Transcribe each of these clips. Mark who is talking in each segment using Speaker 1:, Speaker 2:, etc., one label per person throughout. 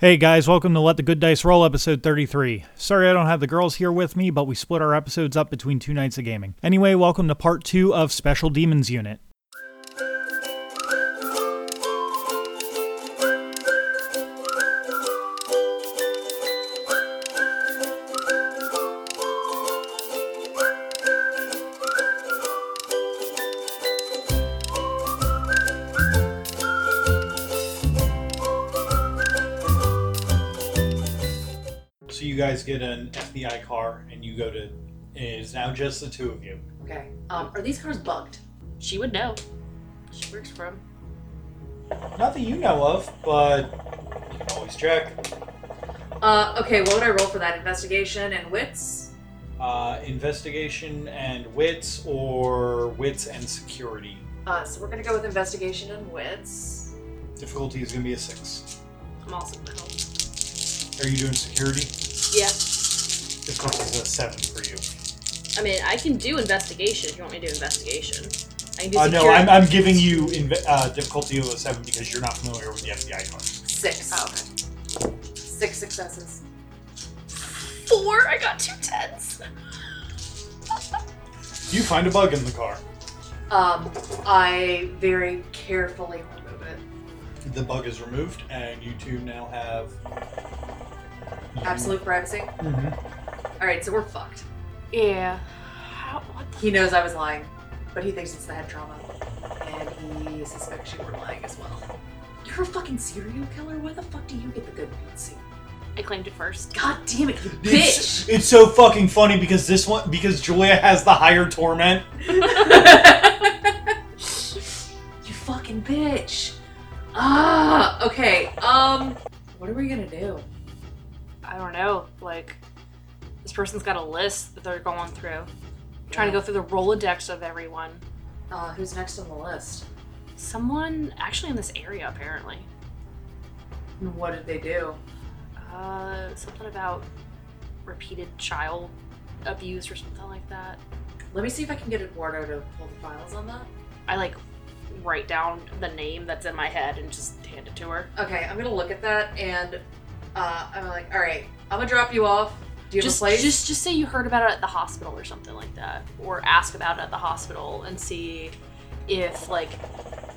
Speaker 1: Hey guys, welcome to Let the Good Dice Roll, episode 33. Sorry I don't have the girls here with me, but we split our episodes up between two nights of gaming. Anyway, welcome to part two of Special Demons Unit. So you guys get an FBI car and you go to. It's now just the two of you.
Speaker 2: Okay. Um, are these cars bugged? She would know. She works for them.
Speaker 1: Not that you know of, but you can always check.
Speaker 2: Uh, okay, what would I roll for that? Investigation and wits?
Speaker 1: Uh, investigation and wits, or wits and security.
Speaker 2: Uh, so we're gonna go with investigation and wits.
Speaker 1: Difficulty is going to be a six.
Speaker 2: I'm also gonna help.
Speaker 1: Are you doing security?
Speaker 3: Yeah,
Speaker 1: Difficulty is a seven for you.
Speaker 3: I mean, I can do investigation if you want me to do investigation. I can do
Speaker 1: Uh, no,
Speaker 3: security.
Speaker 1: I'm, I'm giving you inve- uh, difficulty of a seven because you're not familiar with the FBI card.
Speaker 2: Six. Oh, okay. Six successes.
Speaker 3: four. I got two tens.
Speaker 1: You find a bug in the car.
Speaker 2: Um, I very carefully remove it.
Speaker 1: The bug is removed, and you two now have
Speaker 2: Absolute privacy.
Speaker 1: Mhm.
Speaker 2: Alright, so we're fucked.
Speaker 3: Yeah. what
Speaker 2: He knows I was lying, but he thinks it's the head trauma. And he suspects you were lying as well. You're a fucking serial killer? Why the fuck do you get the good fancy?
Speaker 3: I claimed it first.
Speaker 2: God damn it, you bitch!
Speaker 1: It's, it's so fucking funny because this one because Julia has the higher torment.
Speaker 2: you fucking bitch. Ah, okay. Um, what are we gonna do?
Speaker 3: I don't know. Like, this person's got a list that they're going through, trying to go through the rolodex of everyone.
Speaker 2: Uh, who's next on the list?
Speaker 3: Someone actually in this area apparently.
Speaker 2: And What did they do?
Speaker 3: Uh, something about repeated child abuse or something like that.
Speaker 2: Let me see if I can get Eduardo to pull the files on that.
Speaker 3: I like write down the name that's in my head and just hand it to her.
Speaker 2: Okay, I'm gonna look at that and uh, I'm like, all right, I'm gonna drop you off. Do you
Speaker 3: just,
Speaker 2: have a place?
Speaker 3: just just say you heard about it at the hospital or something like that, or ask about it at the hospital and see if like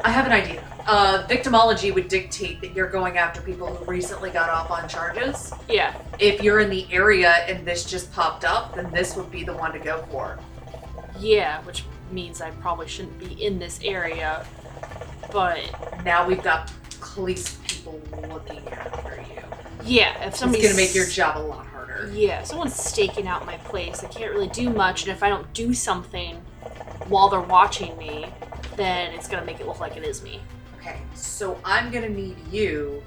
Speaker 2: I have an idea. Uh, victimology would dictate that you're going after people who recently got off on charges.
Speaker 3: yeah
Speaker 2: If you're in the area and this just popped up, then this would be the one to go for.
Speaker 3: yeah, which means I probably shouldn't be in this area, but
Speaker 2: Now we've got police people looking after you.
Speaker 3: yeah, if
Speaker 2: It's
Speaker 3: somebody's
Speaker 2: gonna make your job a lot harder.
Speaker 3: yeah, if someone's staking out my place. I can't really do much, and if I don't do something while they're watching me, then it's gonna make it look like it is me.
Speaker 2: Okay, so I'm gonna need you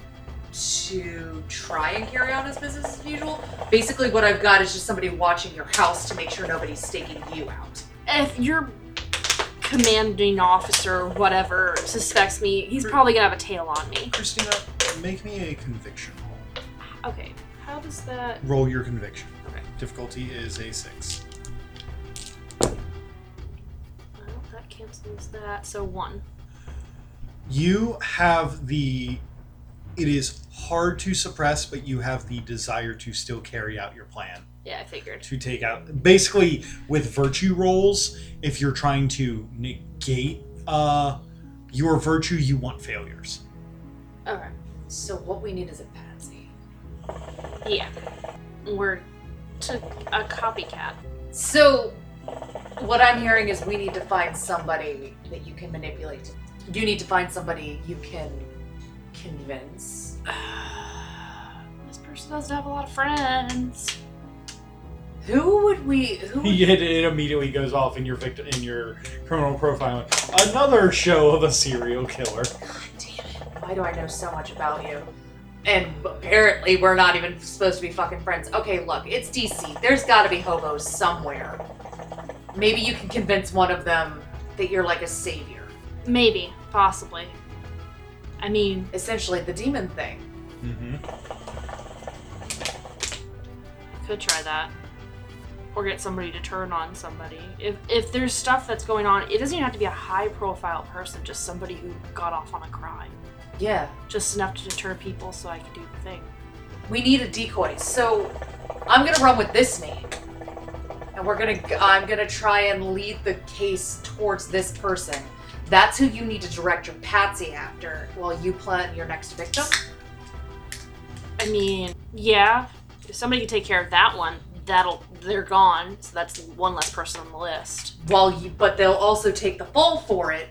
Speaker 2: to try and carry on as business as usual. Basically, what I've got is just somebody watching your house to make sure nobody's staking you out.
Speaker 3: if your commanding officer, whatever, suspects me, he's probably gonna have a tail on me.
Speaker 1: Christina, make me a conviction roll.
Speaker 3: Okay, how does that?
Speaker 1: Roll your conviction.
Speaker 3: Okay.
Speaker 1: Difficulty is a six.
Speaker 3: Well, that cancels that. So one.
Speaker 1: You have the. It is hard to suppress, but you have the desire to still carry out your plan.
Speaker 3: Yeah, I figured.
Speaker 1: to take out basically with virtue rolls if you're trying to negate uh your virtue you want failures
Speaker 3: Okay.
Speaker 2: So what we need is a patsy.
Speaker 3: Yeah, we're to a copycat.
Speaker 2: So what I'm hearing is we need to find somebody that you can manipulate. You need to find somebody you can convince.
Speaker 3: this person doesn't have a lot of friends.
Speaker 2: Who would we? Who? Would,
Speaker 1: it, it immediately goes off in your victim in your criminal profiling another show of a serial killer
Speaker 2: Why do I know so much about you? And apparently, we're not even supposed to be fucking friends. Okay, look, it's DC. There's got to be hobos somewhere. Maybe you can convince one of them that you're like a savior.
Speaker 3: Maybe, possibly. I mean,
Speaker 2: Essentially, the demon thing.
Speaker 1: mm-hmm.
Speaker 3: could try that. Or get somebody to turn on somebody. If, if there's stuff that's going on, it doesn't even have to be a high profile person, just somebody who got off on a crime.
Speaker 2: Yeah.
Speaker 3: Just enough to deter people so I could do the thing.
Speaker 2: We need a decoy. So I'm gonna run with this name, and we're gonna. I'm gonna try and lead the case towards this person. That's who you need to direct your patsy after while you plan your next victim.
Speaker 3: I mean, yeah. If somebody can take care of that one, that'll they're gone. So that's one less person on the list.
Speaker 2: While you, but they'll also take the fall for it.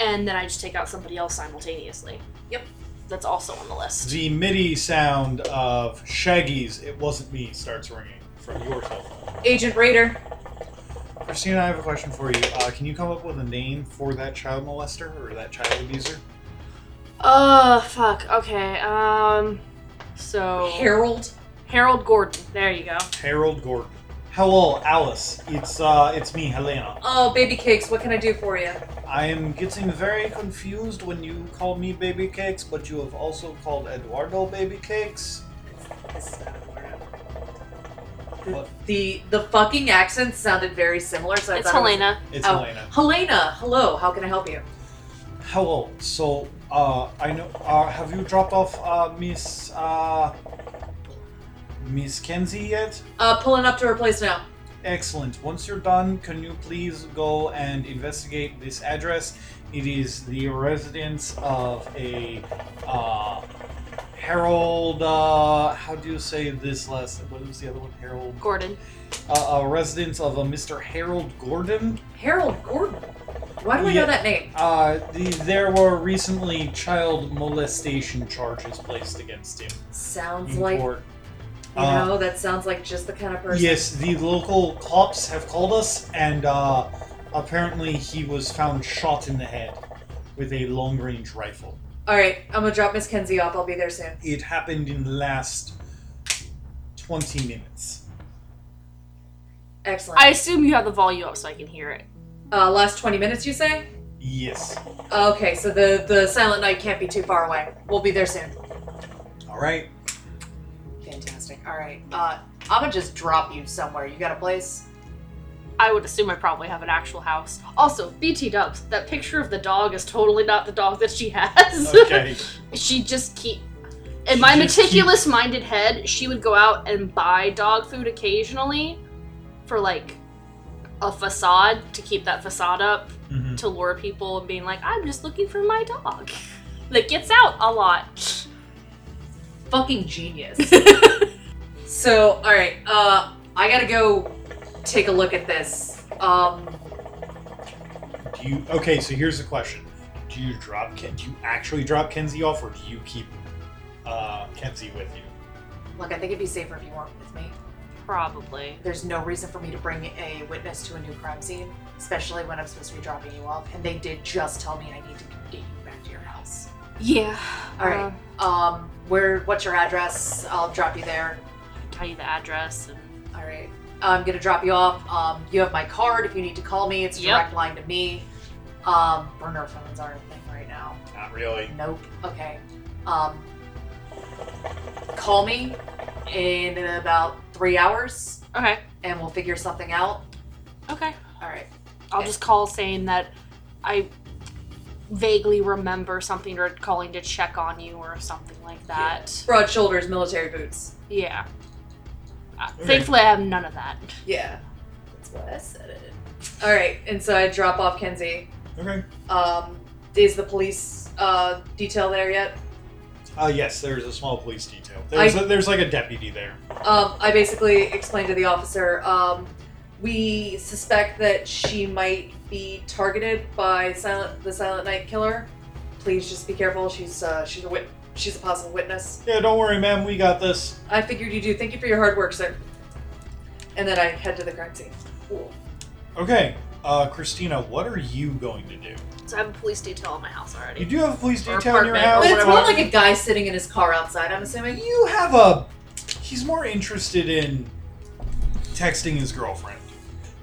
Speaker 3: And then I just take out somebody else simultaneously.
Speaker 2: Yep.
Speaker 3: That's also on the list.
Speaker 1: The MIDI sound of Shaggy's "It Wasn't Me" starts ringing from your cell phone.
Speaker 2: Agent Raider.
Speaker 1: Christina, I have a question for you. Uh, can you come up with a name for that child molester or that child abuser?
Speaker 3: Oh fuck. Okay. Um.
Speaker 2: Oh.
Speaker 3: So
Speaker 2: Harold.
Speaker 3: Harold Gordon. There you go.
Speaker 1: Harold Gordon. Hello, Alice. It's uh, it's me, Helena.
Speaker 2: Oh, baby cakes. What can I do for you?
Speaker 1: I am getting very confused when you call me Baby Cakes, but you have also called Eduardo Baby Cakes.
Speaker 2: This is not a word.
Speaker 1: What?
Speaker 2: The the fucking accents sounded very similar, so I
Speaker 3: It's
Speaker 2: thought it was-
Speaker 3: Helena.
Speaker 1: It's
Speaker 2: Oh.
Speaker 1: Helena.
Speaker 2: Helena, hello. How can I help you?
Speaker 1: Hello. So, uh, I know. Uh, have you dropped off uh, Miss uh, Miss Kenzie yet?
Speaker 2: Uh, pulling up to her place now.
Speaker 1: Excellent. Once you're done, can you please go and investigate this address? It is the residence of a uh, Harold. Uh, how do you say this last? What was the other one? Harold.
Speaker 3: Gordon.
Speaker 1: Uh, a residence of a Mr. Harold Gordon.
Speaker 2: Harold Gordon. Why do I
Speaker 1: Yeah.
Speaker 2: know that name?
Speaker 1: Uh, the, there were recently child molestation charges placed against him
Speaker 2: Sounds
Speaker 1: in
Speaker 2: like
Speaker 1: court.
Speaker 2: you
Speaker 1: Uh,
Speaker 2: know. That sounds like just the kind of person.
Speaker 1: Yes, the local cops have called us, and uh, apparently he was found shot in the head with a long range rifle.
Speaker 2: All right, I'm gonna drop Miss Kenzie off. I'll be there soon.
Speaker 1: It happened in the last 20 minutes.
Speaker 2: Excellent.
Speaker 3: I assume you have the volume up so I can hear it.
Speaker 2: uh, last 20 minutes, you say?
Speaker 1: Yes.
Speaker 2: Okay, so the the Silent Night can't be too far away. We'll be there soon.
Speaker 1: All right.
Speaker 2: Fantastic. All right. Uh, I'm gonna just drop you somewhere. You got a place?
Speaker 3: I would assume I probably have an actual house. Also, BT dubs, that picture of the dog is totally not the dog that she has.
Speaker 1: Okay.
Speaker 3: she just keep in
Speaker 1: She
Speaker 3: my
Speaker 1: just keep-
Speaker 3: meticulous minded head, she would go out and buy dog food occasionally for like a facade to keep that facade up
Speaker 1: Mhm.
Speaker 3: to lure people and being like, I'm just looking for my dog. That gets out a lot.
Speaker 2: Fucking genius. So, all right, uh, I gotta go take a look at this. Um,
Speaker 1: Do you? Okay. So here's the question: Do you drop? Ken, do you actually drop Kenzie off, or do you keep uh, Kenzie with you?
Speaker 2: look, I think it'd be safer if you weren't with me.
Speaker 3: Probably.
Speaker 2: There's no reason for me to bring a witness to a new crime scene, especially when I'm supposed to be dropping you off. And they did just tell me I need to get you back to your house.
Speaker 3: Yeah.
Speaker 2: All right. Um, where? What's your address? I'll drop you there.
Speaker 1: Uh,
Speaker 3: tell you the address and
Speaker 2: All right. I'm gonna drop you off. Um, you have my card if you need to call me. It's a
Speaker 3: Yep.
Speaker 2: direct line to me. Um, burner phones aren't a thing right now.
Speaker 1: Not really.
Speaker 2: Nope. Okay. Um, call me in about three hours,
Speaker 3: Okay.
Speaker 2: and we'll figure something out.
Speaker 3: Okay.
Speaker 2: All right.
Speaker 3: I'll just call saying that I vaguely remember something or calling to check on you or something like that.
Speaker 2: Broad shoulders, military boots.
Speaker 3: Yeah. Uh,
Speaker 1: Okay.
Speaker 3: Thankfully, I have none of that.
Speaker 2: Yeah. That's why I said it. All right. And so I drop off Kenzie.
Speaker 1: Okay.
Speaker 2: Um, is the police uh, detail there yet?
Speaker 1: Uh, yes, there's a small police detail. There's, a, there's like a deputy there.
Speaker 2: Um, I basically explained to the officer, um, we suspect that she might be targeted by silent the Silent Night killer. Please just be careful. She's uh, she's a wit- she's a possible witness.
Speaker 1: Yeah, don't worry, ma'am. We got this.
Speaker 2: I figured you do. Thank you for your hard work, sir. And then I head to the crime scene. Cool.
Speaker 1: Okay, uh, Christina, what are you going to do?
Speaker 3: So I have a police detail in my house
Speaker 1: You
Speaker 3: already.
Speaker 1: do have a police
Speaker 3: Or
Speaker 1: detail in your
Speaker 3: apartment,
Speaker 1: house.
Speaker 2: But it's
Speaker 3: whatever.
Speaker 2: more like a guy sitting in his car outside. I'm assuming.
Speaker 1: You have a. He's more interested in texting his girlfriend.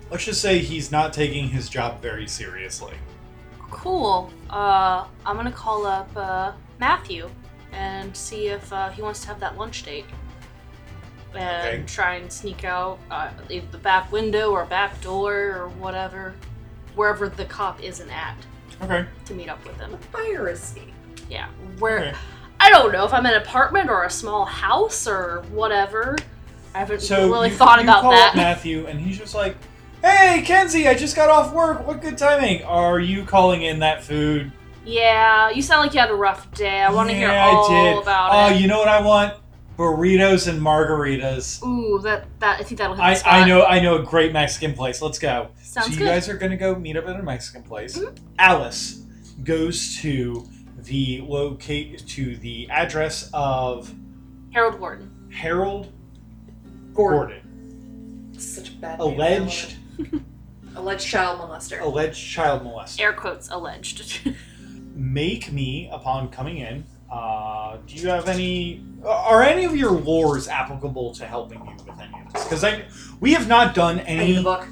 Speaker 1: Let's just say he's not taking his job very seriously.
Speaker 3: Cool. Uh, I'm gonna call up uh, Matthew and see if uh, he wants to have that lunch date. And
Speaker 1: Okay.
Speaker 3: try and sneak out uh, either the back window or back door or whatever, wherever the cop isn't at,
Speaker 1: Okay.
Speaker 3: to meet up with him.
Speaker 2: Fire escape.
Speaker 3: Yeah, where
Speaker 1: Okay.
Speaker 4: I don't know if I'm in an apartment or a small house or whatever. I haven't
Speaker 1: So
Speaker 4: really
Speaker 1: you,
Speaker 4: thought
Speaker 1: you
Speaker 4: about
Speaker 1: call
Speaker 4: that.
Speaker 1: Up Matthew, and he's just like, "Hey, Kenzie, I just got off work. What good timing? Are you calling in that food?
Speaker 4: Yeah, you sound like you had a rough day. I want to hear
Speaker 1: Yeah,
Speaker 4: all
Speaker 1: I did.
Speaker 4: about
Speaker 1: oh,
Speaker 4: it.
Speaker 1: you know what I want? Burritos and margaritas.
Speaker 4: Ooh, that that I think that'll hit the
Speaker 1: I,
Speaker 4: spot.
Speaker 1: I know I know a great Mexican place. Let's go.
Speaker 4: Sounds
Speaker 1: so you
Speaker 4: good.
Speaker 1: guys are gonna go meet up at a Mexican place. Alice goes to the locate to the address of
Speaker 4: Harold Warden.
Speaker 1: Harold Gordon.
Speaker 2: Such a bad name.
Speaker 1: alleged
Speaker 2: alleged child molester.
Speaker 1: alleged child molester.
Speaker 4: Air quotes alleged.
Speaker 1: make me upon coming in. Uh, do you have any? Are any of your lores applicable to helping you with any of this? Because I, we have not done
Speaker 2: I need the
Speaker 1: any.
Speaker 2: book.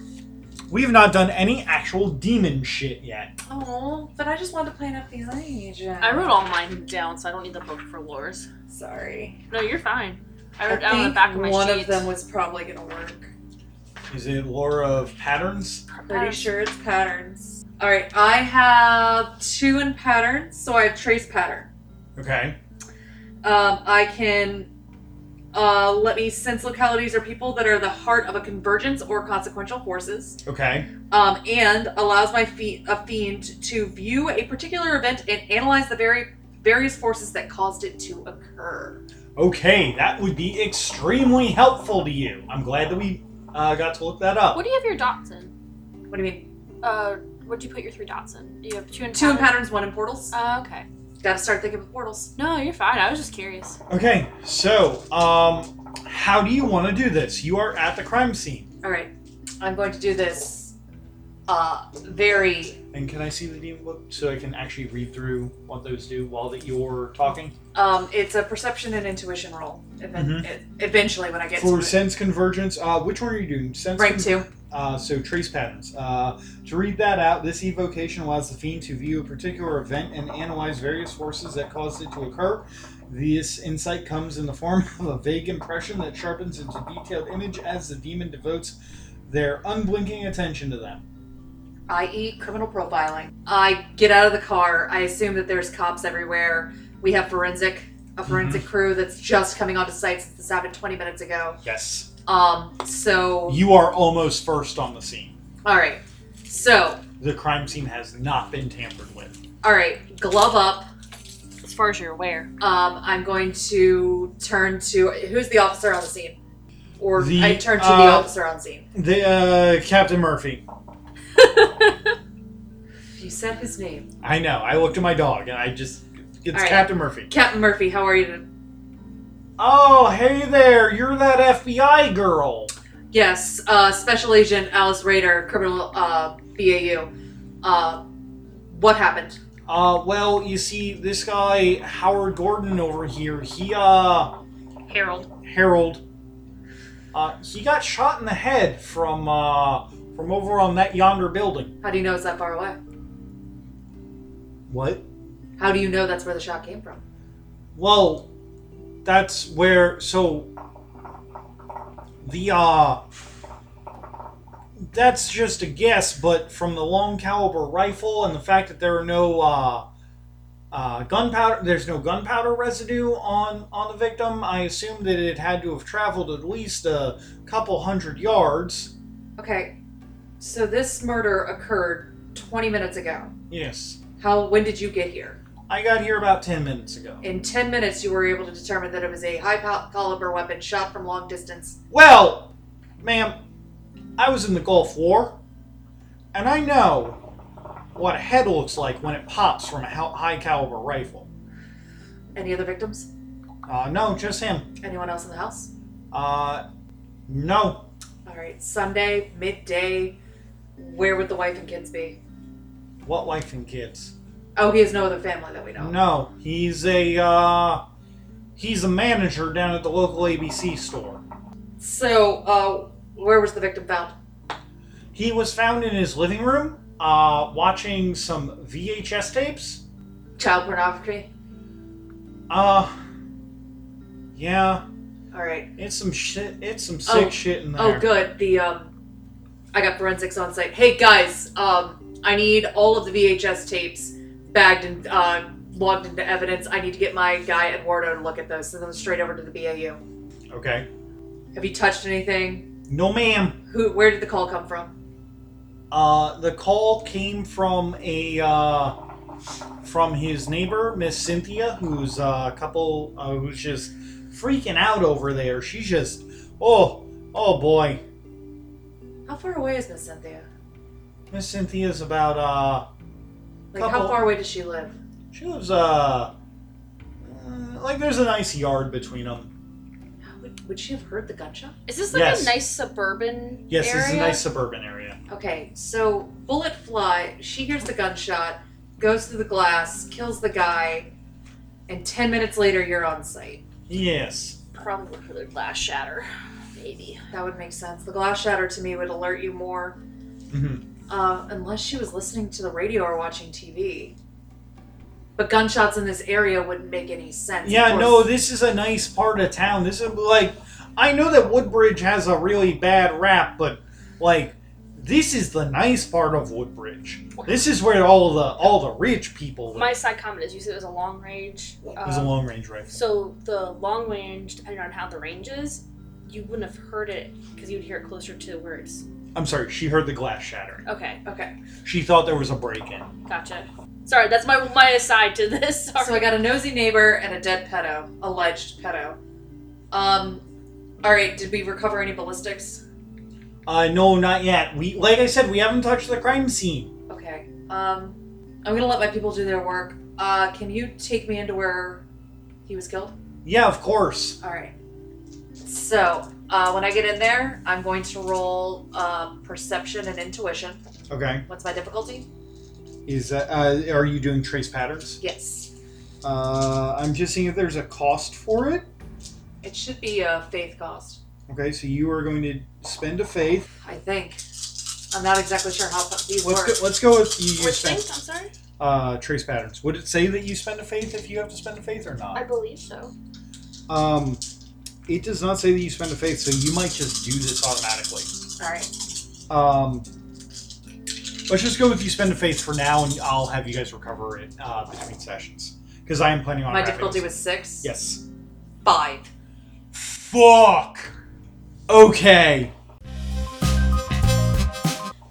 Speaker 1: We have not done any actual demon shit yet.
Speaker 2: Oh, but I just wanted to play enough these agents.
Speaker 4: I wrote all mine down, so I don't need the book for lores.
Speaker 2: Sorry.
Speaker 4: No, you're fine. I
Speaker 2: I
Speaker 4: wrote down on the
Speaker 2: think
Speaker 4: back of my
Speaker 2: one
Speaker 4: sheet.
Speaker 2: of them was probably gonna work.
Speaker 1: Is it lore of patterns?
Speaker 4: Oh.
Speaker 2: Pretty sure it's patterns. All right, I have two in patterns, so I have trace pattern.
Speaker 1: Okay.
Speaker 2: Um, I can uh, let me sense localities or people that are the heart of a convergence or consequential forces.
Speaker 1: Okay.
Speaker 2: um, and allows my fe- a fiend to view a particular event and analyze the very various forces that caused it to occur.
Speaker 1: Okay. That would be extremely helpful to you. I'm glad that we uh, got to look that up.
Speaker 4: What do you have your dots in?
Speaker 2: What do you mean?
Speaker 4: Uh, what'd you put your three dots in? You have two and
Speaker 2: Two in patterns, one in portals.
Speaker 4: Uh, okay.
Speaker 2: Got to start thinking with portals.
Speaker 4: No, you're fine. I was just curious.
Speaker 1: Okay. So, um, how do you want to do this? You are at the crime scene,
Speaker 2: All right, I'm going to do this. Uh, very.
Speaker 1: and can I see the demon book so I can actually read through what those do while that you're talking?
Speaker 2: Um, it's a perception and intuition roll. And then
Speaker 1: Mhm.
Speaker 2: it- eventually, when I get
Speaker 1: For
Speaker 2: to
Speaker 1: sense convergence, uh, which one are you doing? Sense
Speaker 2: it. rank
Speaker 1: con-
Speaker 2: two.
Speaker 1: Uh, so trace patterns. Uh, to read that out, this evocation allows the fiend to view a particular event and analyze various forces that caused it to occur. This insight comes in the form of a vague impression that sharpens into detailed image as the demon devotes their unblinking attention to them.
Speaker 2: i.e., e, criminal profiling. I get out of the car. I assume that there's cops everywhere. We have forensic, a forensic
Speaker 1: Mm-hmm.
Speaker 2: crew that's just coming onto site since this happened 20 minutes ago.
Speaker 1: Yes.
Speaker 2: Um, so,
Speaker 1: You are almost first on the scene.
Speaker 2: all right. So,
Speaker 1: The crime scene has not been tampered with.
Speaker 2: all right, glove up.
Speaker 4: As far as you're aware.
Speaker 2: Um, I'm going to turn to who's the officer on the scene, or
Speaker 1: The,
Speaker 2: I turn to the
Speaker 1: uh,
Speaker 2: officer on scene.
Speaker 1: The uh, Captain Murphy.
Speaker 2: You said his name,
Speaker 1: I know. I looked at my dog and I just. It's
Speaker 2: All right.
Speaker 1: Captain Murphy.
Speaker 2: Captain Murphy. How are you? to-
Speaker 1: Oh, hey there, you're that FBI girl.
Speaker 2: Yes, uh, Special Agent Alice Rader, criminal uh, BAU. Uh, what happened?
Speaker 1: Uh, well, you see, this guy, Howard Gordon over here, he, uh,
Speaker 4: Harold.
Speaker 1: Harold, uh, he got shot in the head from, uh, from over on that yonder building.
Speaker 2: How do you know it's that far away?
Speaker 1: What?
Speaker 2: How do you know that's where the shot came from?
Speaker 1: Well, that's where, so, the, uh, that's just a guess, but from the long caliber rifle and the fact that there are no uh, uh, gunpowder, there's no gunpowder residue on on the victim. I assume that it had to have traveled at least a couple hundred yards.
Speaker 2: Okay, so this murder occurred 20 minutes ago.
Speaker 1: Yes,
Speaker 2: How? When did you get here?
Speaker 1: I got here about ten minutes ago.
Speaker 2: In 10 minutes, you were able to determine that it was a high pal- caliber weapon shot from long distance.
Speaker 1: Well, ma'am, I was in the Gulf War, and I know what a head looks like when it pops from a hou- high caliber rifle.
Speaker 2: Any other victims?
Speaker 1: Uh, no, just him.
Speaker 2: Anyone else in the house?
Speaker 1: Uh, no,
Speaker 2: All right, Sunday midday. Where would the wife and kids be?
Speaker 1: what wife and kids?
Speaker 2: Oh, he has no other family that we know. of.
Speaker 1: No, he's a uh, he's a manager down at the local ABC store.
Speaker 2: So, uh, where was the victim found?
Speaker 1: He was found in his living room, uh, watching some VHS tapes.
Speaker 2: Child pornography.
Speaker 1: Uh, yeah,
Speaker 2: All right.
Speaker 1: it's some shit. It's some sick
Speaker 2: Oh.
Speaker 1: shit in there.
Speaker 2: Oh, good. The um, I got forensics on site. Hey guys, um, I need all of the VHS tapes bagged and uh, logged into evidence. I need to get my guy Eduardo to look at those. Send them straight over to the BAU.
Speaker 1: Okay.
Speaker 2: Have you touched anything?
Speaker 1: No, ma'am.
Speaker 2: Who? Where did the call come from?
Speaker 1: Uh, the call came from a uh, from his neighbor, Miss Cynthia, who's a couple uh, who's just freaking out over there. She's just oh oh boy.
Speaker 2: How far away is Miss Cynthia?
Speaker 1: Miss Cynthia's about uh
Speaker 2: Like how
Speaker 1: Couple.
Speaker 2: far away does she live?
Speaker 1: she lives uh, uh like there's a nice yard between them.
Speaker 2: How Would, would she have heard the gunshot?
Speaker 3: Is this like
Speaker 1: Yes.
Speaker 3: a nice suburban
Speaker 1: Yes,
Speaker 3: area?
Speaker 1: it's a nice suburban area.
Speaker 2: Okay, so bullet fly. She hears the gunshot, goes through the glass, kills the guy, and ten minutes later you're on site.
Speaker 1: Yes.
Speaker 3: Probably look for their glass shatter. Maybe.
Speaker 2: That would make sense. The glass shatter to me would alert you more,
Speaker 1: hmm
Speaker 2: uh, unless she was listening to the radio or watching TV. But gunshots in this area wouldn't make any sense. of
Speaker 1: Yeah,
Speaker 2: course.
Speaker 1: no, this is a nice part of town. This is like I know that Woodbridge has a really bad rap, but like this is the nice part of Woodbridge. This is where all the all the rich people live.
Speaker 3: My side comment is you said it was a long range.
Speaker 1: It was a
Speaker 3: um,
Speaker 1: long range rifle.
Speaker 3: So the long range, depending on how the range is, you wouldn't have heard it because you would hear it closer to where it's.
Speaker 1: I'm sorry, she heard the glass shatter.
Speaker 3: Okay,
Speaker 2: Okay,
Speaker 1: She thought there was a break in.
Speaker 3: gotcha. Sorry, that's my my aside to this. Sorry.
Speaker 2: so I got a nosy neighbor and a dead pedo, alleged pedo. Um, all right. Did we recover any ballistics?
Speaker 1: Uh, no, not yet. We, like I said, we haven't touched the crime scene.
Speaker 2: Okay. Um, I'm gonna let my people do their work. Uh, can you take me into where he was killed?
Speaker 1: Yeah, of course.
Speaker 2: All right. So uh, when I get in there, I'm going to roll um, perception and intuition.
Speaker 1: Okay.
Speaker 2: What's my difficulty?
Speaker 1: Is that, uh, are you doing trace patterns?
Speaker 2: Yes.
Speaker 1: Uh, I'm just seeing if there's a cost for it.
Speaker 2: It should be a faith cost.
Speaker 1: Okay, so you are going to spend a faith.
Speaker 2: I think. I'm not exactly sure how these work.
Speaker 1: Let's go, let's go with you, you
Speaker 3: Which thing? I'm
Speaker 1: spend
Speaker 3: sorry.
Speaker 1: uh, trace patterns. Would it say that you spend a faith if you have to spend a faith or not?
Speaker 3: believe so.
Speaker 1: Um, it does not say that you spend a faith, so you might just do this automatically.
Speaker 2: All right.
Speaker 1: Um, let's just go with you spend a faith for now, and I'll have you guys recover it uh, between sessions because I am planning on.
Speaker 2: My
Speaker 1: wrapping
Speaker 2: difficulty
Speaker 1: this-
Speaker 2: was six.
Speaker 1: yes.
Speaker 2: Five.
Speaker 1: Fuck. Okay.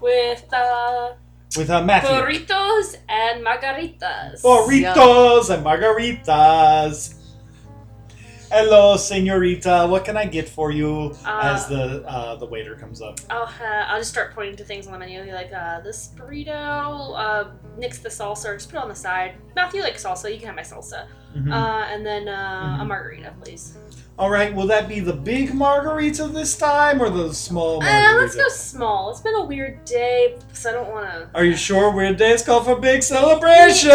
Speaker 3: With uh,
Speaker 1: With uh, Matthew.
Speaker 3: burritos and margaritas.
Speaker 1: Burritos and margaritas. Hello, señorita. What can I get for you?
Speaker 3: Uh,
Speaker 1: as the uh, the waiter comes up.
Speaker 3: I'll ha- I'll just start pointing to things on the menu. Be like, uh, this burrito. Uh, nix the salsa. Or just put it on the side. Matthew likes salsa. You can have my salsa.
Speaker 1: Mhm.
Speaker 3: Uh, and then uh, a
Speaker 1: Mhm.
Speaker 3: margarita, please.
Speaker 1: All right. Will that be the big margarita this time or the small
Speaker 3: Uh,
Speaker 1: margarita?
Speaker 3: let's go small. It's been a weird day, so I don't want to.
Speaker 1: Are you sure weird days call for big celebrations?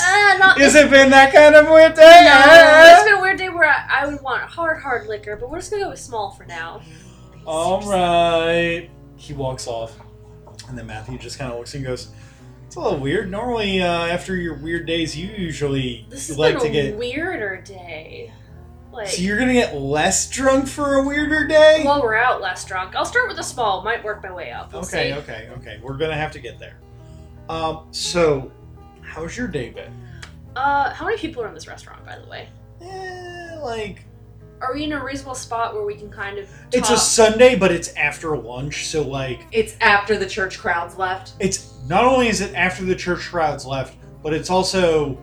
Speaker 3: Uh, not
Speaker 1: Is
Speaker 3: this-
Speaker 1: it been that kind of weird day?
Speaker 3: No, it's been a weird day where I, I would want hard, hard liquor, but we're just gonna go with small for now.
Speaker 1: All right. He walks off, and then Matthew just kind of looks and goes, "It's a little weird. Normally, uh, after your weird days, you usually
Speaker 3: This has
Speaker 1: like
Speaker 3: been
Speaker 1: to
Speaker 3: a
Speaker 1: get.
Speaker 3: weirder day. Like,
Speaker 1: So you're gonna get less drunk for a weirder day.
Speaker 3: while we're out less drunk, I'll start with a small. Might work my way up. We'll
Speaker 1: okay,
Speaker 3: see.
Speaker 1: okay, okay. We're gonna have to get there. Um. So, how's your day been?
Speaker 3: Uh, how many people are in this restaurant, by the way?
Speaker 1: Eh, like
Speaker 3: Are we in a reasonable spot where we can kind of?
Speaker 1: it's a
Speaker 3: talk?
Speaker 1: Sunday, but it's after lunch, so like
Speaker 2: It's after the church crowds left.
Speaker 1: it's not only is it after the church crowds left, but it's also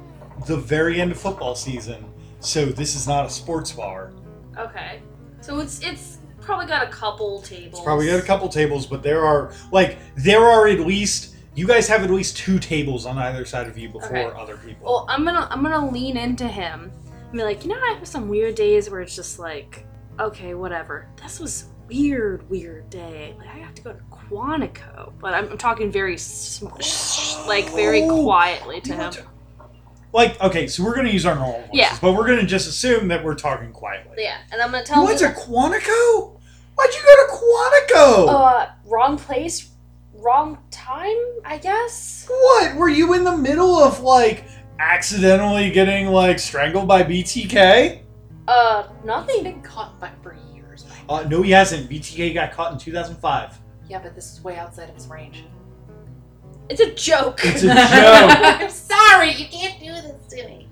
Speaker 1: the very end of football season. So this is not a sports bar.
Speaker 3: okay. So it's it's probably got a couple tables.
Speaker 1: It's probably got a couple tables, but there are like there are at least you guys have at least two tables on either side of you before
Speaker 3: Okay.
Speaker 1: other people.
Speaker 3: Well, I'm gonna I'm gonna lean into him and be like, you know, I have some weird days where it's just like, okay, whatever. This was a weird, weird day. Like I have to go to Quantico, but I'm, I'm talking very sm- sh- like very
Speaker 1: Oh,
Speaker 3: quietly to
Speaker 1: you
Speaker 3: him.
Speaker 1: want to- like okay, so we're gonna use our normal voices,
Speaker 3: Yeah.
Speaker 1: but we're gonna just assume that we're talking quietly.
Speaker 3: Yeah, and I'm gonna
Speaker 1: You
Speaker 3: tell him,
Speaker 1: went to Quantico? Why'd you go to Quantico?
Speaker 3: uh, wrong place, wrong time, I guess.
Speaker 1: What? Were you in the middle of like accidentally getting like strangled by BTK?
Speaker 3: Uh,
Speaker 2: He's
Speaker 3: nothing.
Speaker 2: been caught by for years. by
Speaker 1: Uh, no, he hasn't. BTK got caught in 2005.
Speaker 2: Yeah, but this is way outside of his range.
Speaker 3: It's a joke.
Speaker 1: It's a joke.
Speaker 2: I'm sorry. sorry, you can't do this to me.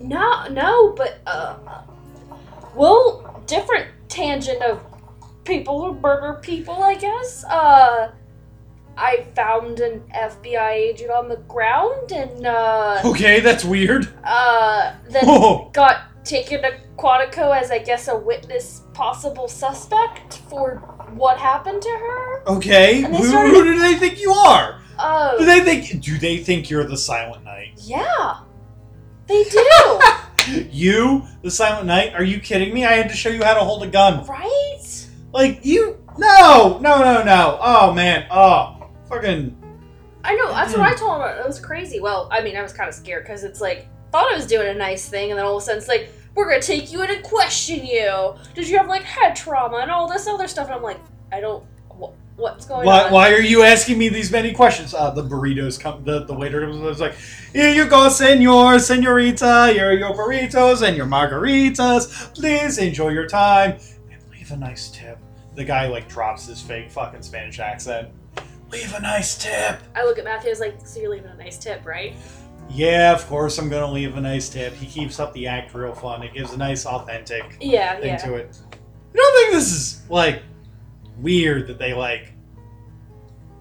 Speaker 3: No, no, but uh, well, different tangent of people who murder people, I guess. Uh, I found an FBI agent on the ground, and uh,
Speaker 1: Okay, that's weird.
Speaker 3: uh, then
Speaker 1: Whoa.
Speaker 3: got taken to Quantico as, I guess, a witness, possible suspect for what happened to her.
Speaker 1: Okay,
Speaker 3: And they
Speaker 1: who,
Speaker 3: started-
Speaker 1: who do they think you are?
Speaker 3: Oh,
Speaker 1: Do they think do they think you're the Silent Knight?
Speaker 3: yeah, they do,
Speaker 1: You, the Silent Knight? Are you kidding me? I had to show you how to hold a gun.
Speaker 3: right?
Speaker 1: Like you? No, no, no, no. Oh man. Oh, fucking.
Speaker 3: I know. That's what I told him. It was crazy. Well, I mean, I was kind of scared because it's like thought I was doing a nice thing, and then all of a sudden it's like we're gonna take you in and question you. Did you have like head trauma and all this other stuff? And I'm like, I don't. What, what's going
Speaker 1: Why,
Speaker 3: on?
Speaker 1: why are you asking me these many questions? Uh, the burritos come. The, the waiter was like, "Here you go, senor, senorita. Here are your burritos and your margaritas. Please enjoy your time and leave a nice tip." The guy like drops his fake fucking Spanish accent. Leave a nice tip.
Speaker 3: I look at Matthew. I was like, so you're leaving a nice tip, right?
Speaker 1: Yeah, of course I'm gonna leave a nice tip. He keeps up the act real fun. It gives a nice authentic
Speaker 3: Yeah,
Speaker 1: thing
Speaker 3: yeah.
Speaker 1: to it. I don't think this is like weird that they like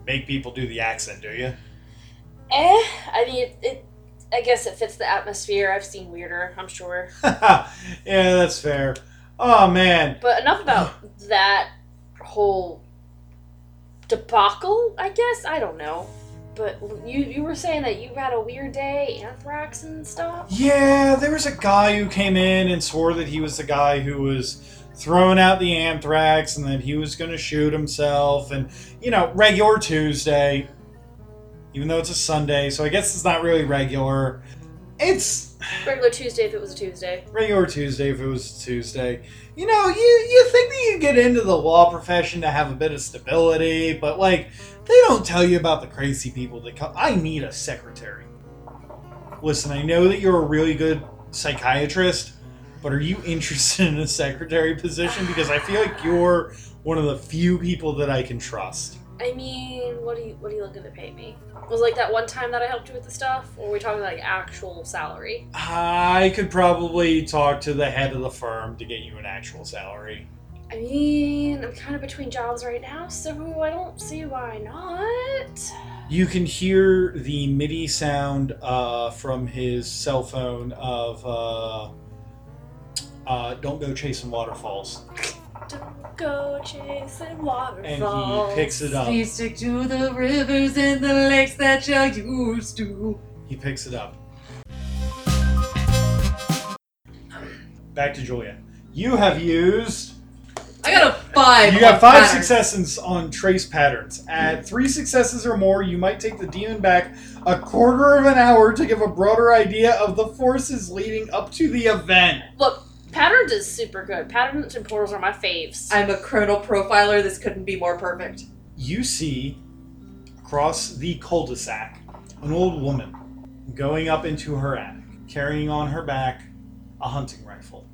Speaker 1: make people do the accent, do you?
Speaker 3: Eh. I mean, it, it. I guess it fits the atmosphere. I've seen weirder. I'm sure.
Speaker 1: yeah, that's fair. Oh man.
Speaker 3: But enough about that whole debacle, I guess. I don't know. But you you were saying that you had a weird day, anthrax and stuff.
Speaker 1: Yeah, there was a guy who came in and swore that he was the guy who was throwing out the anthrax and that he was going to shoot himself and you know, regular Tuesday even though it's a Sunday, so I guess it's not really regular. It's
Speaker 3: Regular Tuesday if it was a Tuesday.
Speaker 1: regular Tuesday if it was Tuesday. You know, you you think that you get into the law profession to have a bit of stability, but like they don't tell you about the crazy people that come. I need a secretary. Listen, I know that you're a really good psychiatrist, but are you interested in a secretary position? Because I feel like you're one of the few people that I can trust.
Speaker 3: I mean, what are you what are you looking to pay me? Was it like that one time that I helped you with the stuff, or were we talking like actual salary?
Speaker 1: I could probably talk to the head of the firm to get you an actual salary.
Speaker 3: I mean, I'm kind of between jobs right now, so I don't see why not.
Speaker 1: You can hear the MIDI sound uh, from his cell phone of uh, uh, "Don't go chasing waterfalls,"
Speaker 3: Go chasing
Speaker 1: and
Speaker 3: waterfalls.
Speaker 1: he picks it up.
Speaker 2: Please stick to the rivers and the lakes that you used to.
Speaker 1: He picks it up. Back to Julia. You have used.
Speaker 2: I got a five.
Speaker 1: You
Speaker 2: on
Speaker 1: got five
Speaker 2: patterns.
Speaker 1: successes on trace patterns. At three successes or more, you might take the demon back a quarter of an hour to give a broader idea of the forces leading up to the event.
Speaker 3: Look, patterns is super good. Patterns and portals are my faves.
Speaker 2: I'm a chronal profiler. This couldn't be more perfect.
Speaker 1: you see across the cul-de-sac an old woman going up into her attic, carrying on her back a hunting rifle.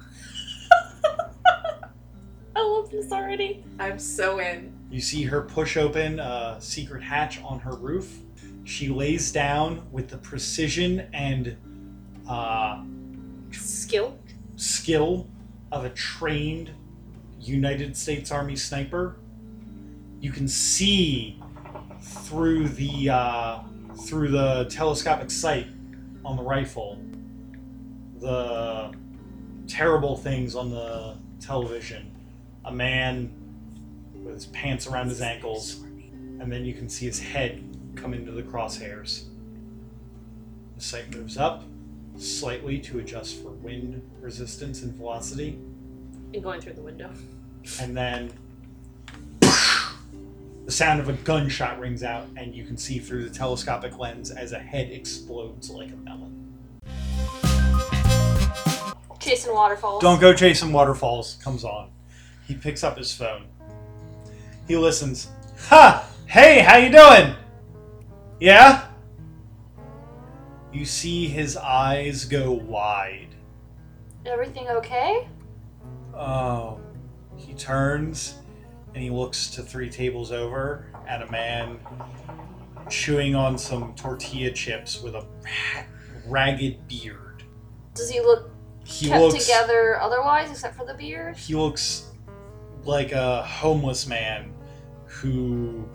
Speaker 3: I love this already.
Speaker 2: I'm so in.
Speaker 1: You see her push open a secret hatch on her roof. She lays down with the precision and uh,
Speaker 3: Skill.
Speaker 1: skill of a trained United States Army sniper. You can see through the uh, through the telescopic sight on the rifle the terrible things on the television. A man with his pants around his ankles, and then you can see his head come into the crosshairs. The sight moves up slightly to adjust for wind resistance and velocity,
Speaker 3: And going through the window.
Speaker 1: and then the sound of a gunshot rings out, and you can see through the telescopic lens as a head explodes like a melon.
Speaker 3: Chasing waterfalls.
Speaker 1: Don't go chasing waterfalls comes on. He picks up his phone. He listens. Ha! Hey, how you doing? Yeah? You see his eyes go wide.
Speaker 3: Everything okay?
Speaker 1: Oh. He turns and he looks to three tables over at a man chewing on some tortilla chips with a ragged beard.
Speaker 5: Does he look
Speaker 1: He
Speaker 5: kept
Speaker 1: looks
Speaker 5: together otherwise, except for the beard?
Speaker 1: he looks like a homeless man who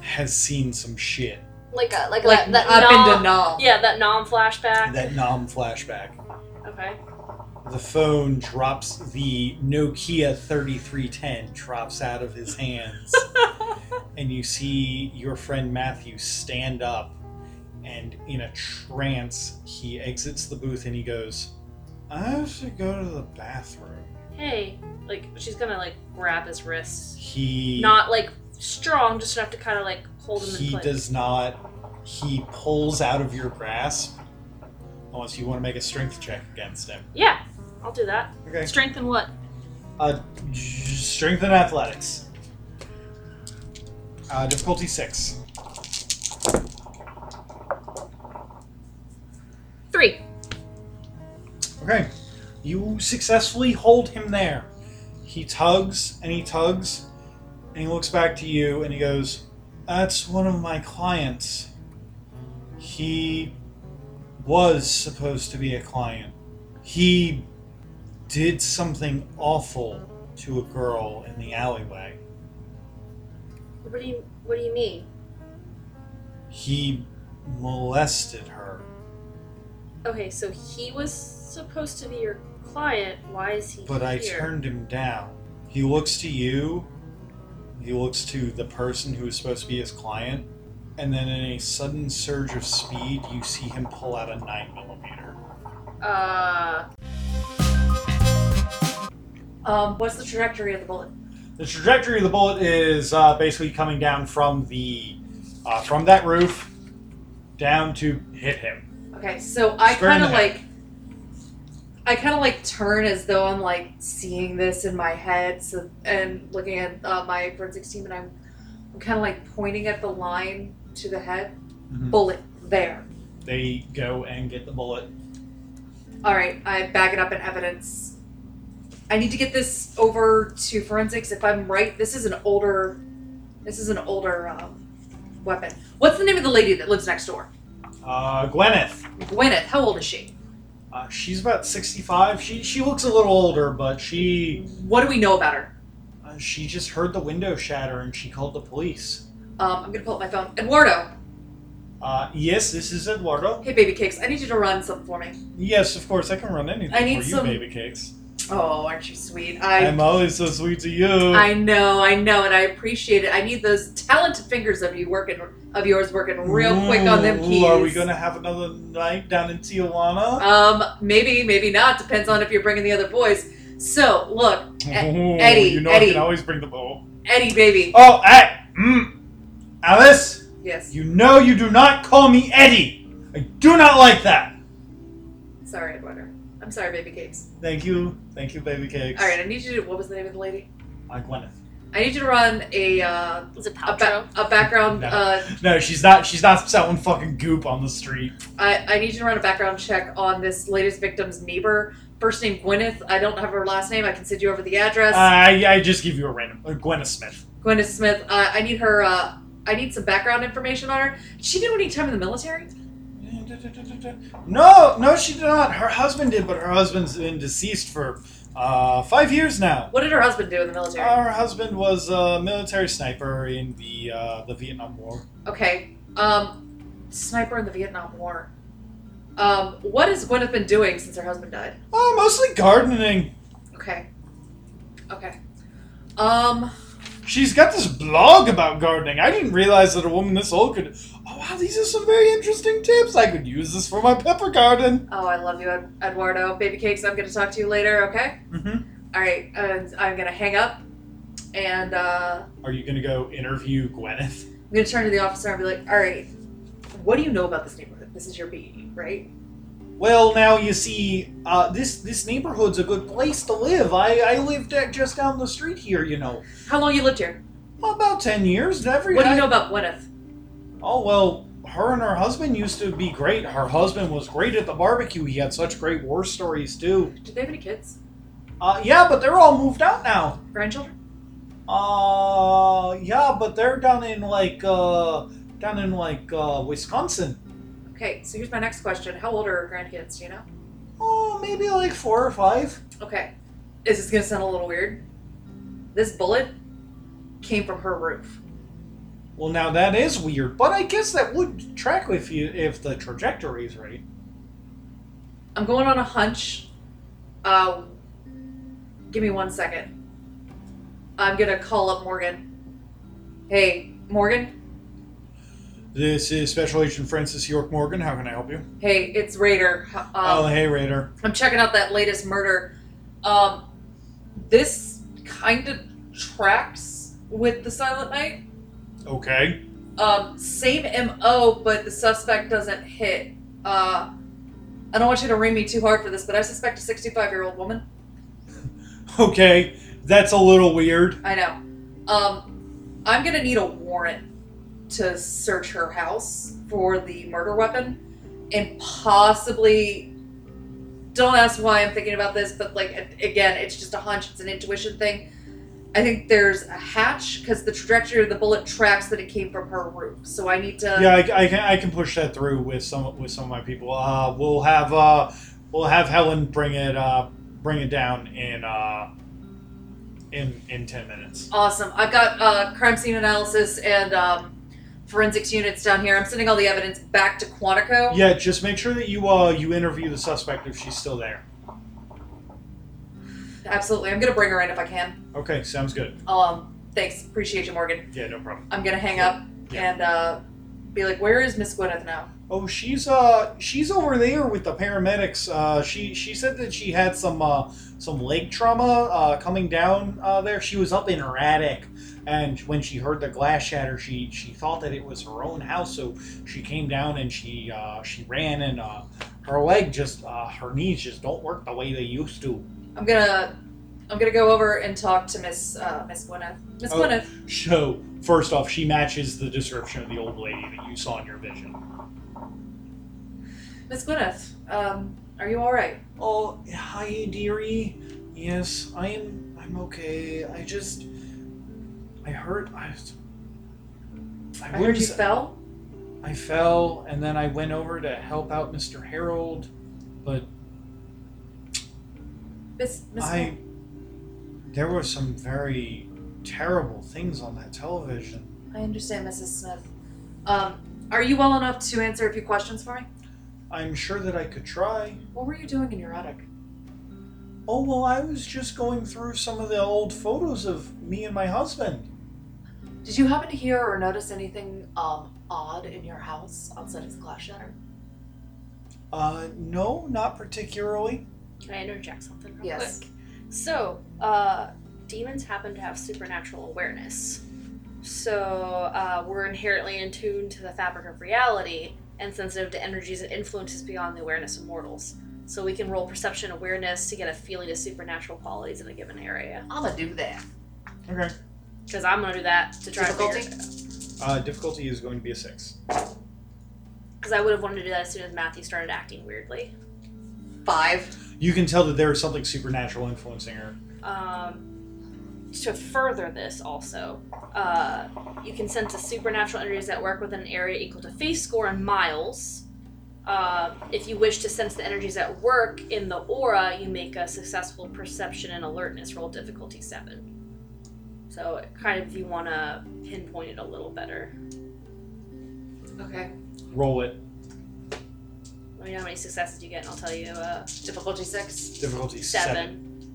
Speaker 1: has seen some shit.
Speaker 5: Like a like,
Speaker 2: Like,
Speaker 5: that, that
Speaker 2: up
Speaker 5: nom-
Speaker 2: in denial.
Speaker 3: Yeah, that non flashback.
Speaker 1: That nom flashback.
Speaker 3: Okay.
Speaker 1: The phone drops, the Nokia 3310 drops out of his hands. and you see your friend Matthew stand up. And in a trance, he exits the booth and he goes, I have to go to the bathroom.
Speaker 3: Hey, like she's gonna like grab his wrists.
Speaker 1: He.
Speaker 3: Not like strong, just enough to kind of like hold him in
Speaker 1: he
Speaker 3: place.
Speaker 1: does not. He pulls out of your grasp. Unless you want to make a strength check against him.
Speaker 3: Yeah, I'll do that.
Speaker 1: Okay.
Speaker 3: Strength and what?
Speaker 1: Uh, strength and athletics. Uh, difficulty six.
Speaker 3: Three.
Speaker 1: Okay. You successfully hold him there. He tugs and he tugs, and he looks back to you and he goes, That's one of my clients. He was supposed to be a client. He did something awful to a girl in the alleyway.
Speaker 5: What do you What do you mean?
Speaker 1: He molested her.
Speaker 3: Okay, so he was supposed to be your client. Why is he
Speaker 1: But I
Speaker 3: here?
Speaker 1: turned him down. He looks to you, he looks to the person who is supposed to be his client, and then in a sudden surge of speed, you see him pull out a 9mm.
Speaker 3: Uh,
Speaker 2: Um, what's the trajectory of the bullet?
Speaker 1: The trajectory of the bullet is uh, basically coming down from the uh, from that roof down to hit him.
Speaker 2: Okay, so I
Speaker 1: Square in
Speaker 2: kind of
Speaker 1: the head.
Speaker 2: like, I kind of like turn as though I'm like seeing this in my head, so and looking at uh, my forensics team, and I'm, I'm kind of like pointing at the line to the head,
Speaker 1: Mhm.
Speaker 2: bullet there.
Speaker 1: They go and get the bullet.
Speaker 2: All right, I bag it up in evidence. I need to get this over to forensics. If I'm right, this is an older, this is an older um, weapon. What's the name of the lady that lives next door?
Speaker 1: Uh, Gwyneth,
Speaker 2: Gwyneth. How old is she?
Speaker 1: uh, she's about 65. She she looks a little older, but she
Speaker 2: What do we know about her?
Speaker 1: uh, she just heard the window shatter and she called the police.
Speaker 2: Um, I'm gonna pull up my phone. Eduardo,
Speaker 1: Uh, yes, this is Eduardo.
Speaker 2: hey baby cakes, I need you to run something for me.
Speaker 1: Yes, of course, I can run anything
Speaker 2: I need
Speaker 1: for you,
Speaker 2: some-
Speaker 1: baby cakes.
Speaker 2: Oh, aren't you sweet?
Speaker 1: I...
Speaker 2: I
Speaker 1: am always so sweet to you.
Speaker 2: I know, I know, and I appreciate it. I need those talented fingers of you working of yours working real quick on them
Speaker 1: Ooh,
Speaker 2: keys.
Speaker 1: Are we gonna have another night down in Tijuana?
Speaker 2: Um, maybe, maybe not. Depends on if you're bringing the other boys. So look, E- Eddie,
Speaker 1: you know I
Speaker 2: Eddie.
Speaker 1: can always bring the bowl.
Speaker 2: Eddie, baby.
Speaker 1: Oh, hey, mm. Alice,
Speaker 2: Yes.
Speaker 1: you know you do not call me Eddie. I do not like that.
Speaker 2: Sorry, Eduardo. I'm sorry, baby cakes.
Speaker 1: Thank you, thank you, baby cakes.
Speaker 2: All right, I need you to. What was the name of the lady?
Speaker 1: Uh, Gwyneth.
Speaker 2: I need you to run a uh,
Speaker 5: Is it
Speaker 2: a, ba- a background.
Speaker 1: No.
Speaker 2: Uh,
Speaker 1: No, she's not. She's not selling fucking goop on the street.
Speaker 2: I, I need you to run a background check on this latest victim's neighbor. First name Gwyneth. I don't have her last name. I can send you over the address.
Speaker 1: I, I just give you a random. Uh, Gwyneth Smith.
Speaker 2: Gwyneth Smith. Uh, I need her. Uh, I need some background information on her. Did she do any time in the military?
Speaker 1: No, no, she did not. Her husband did, but her husband's been deceased for uh, five years now.
Speaker 2: What did her husband do in the military?
Speaker 1: Our husband was a military sniper in the uh, the Vietnam War.
Speaker 2: okay. Um, sniper in the Vietnam War. Um, what has Gwyneth been doing since her husband died?
Speaker 1: Oh, mostly gardening.
Speaker 2: Okay. Okay. Um.
Speaker 1: She's got this blog about gardening. I didn't realize that a woman this old could. Oh wow, these are some very interesting tips. I could use this for my pepper garden.
Speaker 2: Oh, I love you, Ed- Eduardo. Baby cakes. I'm gonna talk to you later. Okay.
Speaker 1: Mm-hmm.
Speaker 2: All right, and I'm gonna hang up, and uh,
Speaker 1: Are you gonna go interview Gwyneth?
Speaker 2: I'm gonna turn to the officer and be like, "All right, what do you know about this neighborhood? This is your BE, right?"
Speaker 1: Well, now you see, uh, this this neighborhood's a good place to live. I I lived at just down the street here, you know.
Speaker 2: How long you lived here?
Speaker 1: Well, about ten years. Every
Speaker 2: What do you
Speaker 1: I-
Speaker 2: know about Gwyneth?
Speaker 1: Oh well, her and her husband used to be great. Her husband was great at the barbecue. He had such great war stories too.
Speaker 2: Did they have any kids?
Speaker 1: Uh, yeah, but they're all moved out now.
Speaker 2: Grandchildren?
Speaker 1: Uh, yeah, but they're down in like uh, down in like uh, Wisconsin.
Speaker 2: Okay, so here's my next question. How old are her grandkids, do you know?
Speaker 1: Oh, maybe like four or five.
Speaker 2: Okay. Is this gonna sound a little weird? This bullet came from her roof.
Speaker 1: Well, now that is weird, but I guess that would track if you if the trajectory is right.
Speaker 2: I'm going on a hunch. Uh, give me one second. I'm gonna call up Morgan. Hey, Morgan.
Speaker 1: This is Special Agent Francis York Morgan. How can I help you?
Speaker 2: Hey, it's Raider. H- Um,
Speaker 1: oh, hey, Raider.
Speaker 2: I'm checking out that latest murder. Um, this kind of tracks with the Silent Night.
Speaker 1: Okay.
Speaker 2: Um, same MO, but the suspect doesn't hit. Uh, I don't want you to ring me too hard for this, but I suspect a 65 year old woman.
Speaker 1: Okay, that's a little weird.
Speaker 2: I know. Um, I'm gonna need a warrant to search her house for the murder weapon, and possibly. Don't ask why I'm thinking about this, but like a- again, it's just a hunch. It's an intuition thing. I think there's a hatch because the trajectory of the bullet tracks that it came from her roof. So I need to.
Speaker 1: Yeah, I, I can I can push that through with some with some of my people. Uh, we'll have uh, we'll have Helen bring it uh, bring it down in uh, in in ten minutes.
Speaker 2: Awesome. I've got uh, crime scene analysis and um, forensics units down here. I'm sending all the evidence back to Quantico.
Speaker 1: Yeah, just make sure that you uh you interview the suspect if she's still there.
Speaker 2: Absolutely. I'm gonna bring her in if I can.
Speaker 1: Okay, sounds good.
Speaker 2: Um, thanks. Appreciate you, Morgan.
Speaker 1: Yeah, no problem.
Speaker 2: I'm gonna hang up
Speaker 1: Yeah.
Speaker 2: and uh, be like, "Where is Miss Gwyneth now?"
Speaker 1: Oh, she's uh she's over there with the paramedics. Uh, she she said that she had some uh some leg trauma uh coming down uh there. She was up in her attic, and when she heard the glass shatter, she she thought that it was her own house, so she came down and she uh she ran and uh her leg just uh her knees just don't work the way they used to.
Speaker 2: I'm gonna, I'm gonna go over and talk to Miss uh, Miss Gwyneth. Miss
Speaker 1: Oh.
Speaker 2: Gwyneth.
Speaker 1: So first off, she matches the description of the old lady that you saw in your vision.
Speaker 2: Miss Gwyneth. Um, are you all right?
Speaker 1: Oh, hi, dearie. Yes, I am. I'm okay. I just, I hurt. I, I,
Speaker 2: I heard you
Speaker 1: wouldn't-
Speaker 2: fell.
Speaker 1: I fell, and then I went over to help out Mr. Harold, but
Speaker 2: Miss Miss.
Speaker 1: I. There were some very terrible things on that television.
Speaker 2: Gwyneth? I understand, Mrs. Smith. Um, are you well enough to answer a few questions for me?
Speaker 1: I'm sure that I could try.
Speaker 2: What were you doing in your attic?
Speaker 1: Oh, well, I was just going through some of the old photos of me and my husband.
Speaker 2: Did you happen to hear or notice anything um, odd in your house outside of the glass shatter?
Speaker 1: Uh, no, not particularly.
Speaker 3: Can I interject something real
Speaker 2: Yes.
Speaker 3: quick? So, uh, demons happen to have supernatural awareness. So, uh, we're inherently in tune to the fabric of reality and sensitive to energies and influences beyond the awareness of mortals. So, we can roll perception awareness to get a feeling of supernatural qualities in a given area.
Speaker 2: I'm gonna do that.
Speaker 1: Okay.
Speaker 3: Because I'm going to do that to try
Speaker 2: Difficulty?
Speaker 1: Uh, difficulty is going to be a six.
Speaker 3: Because I would have wanted to do that as soon as Matthew started acting weirdly.
Speaker 2: Five.
Speaker 1: You can tell that there is something supernatural influencing her.
Speaker 3: um, to further this also uh, you can sense the supernatural energies that work within an area equal to face score in miles uh, if you wish to sense the energies at work in the aura you make a successful perception and alertness roll difficulty 7 so it kind of you want to pinpoint it a little better
Speaker 2: Okay.
Speaker 1: Roll it.
Speaker 3: let me know how many successes you get and i'll tell you uh,
Speaker 2: Difficulty six.
Speaker 1: Difficulty
Speaker 3: seven.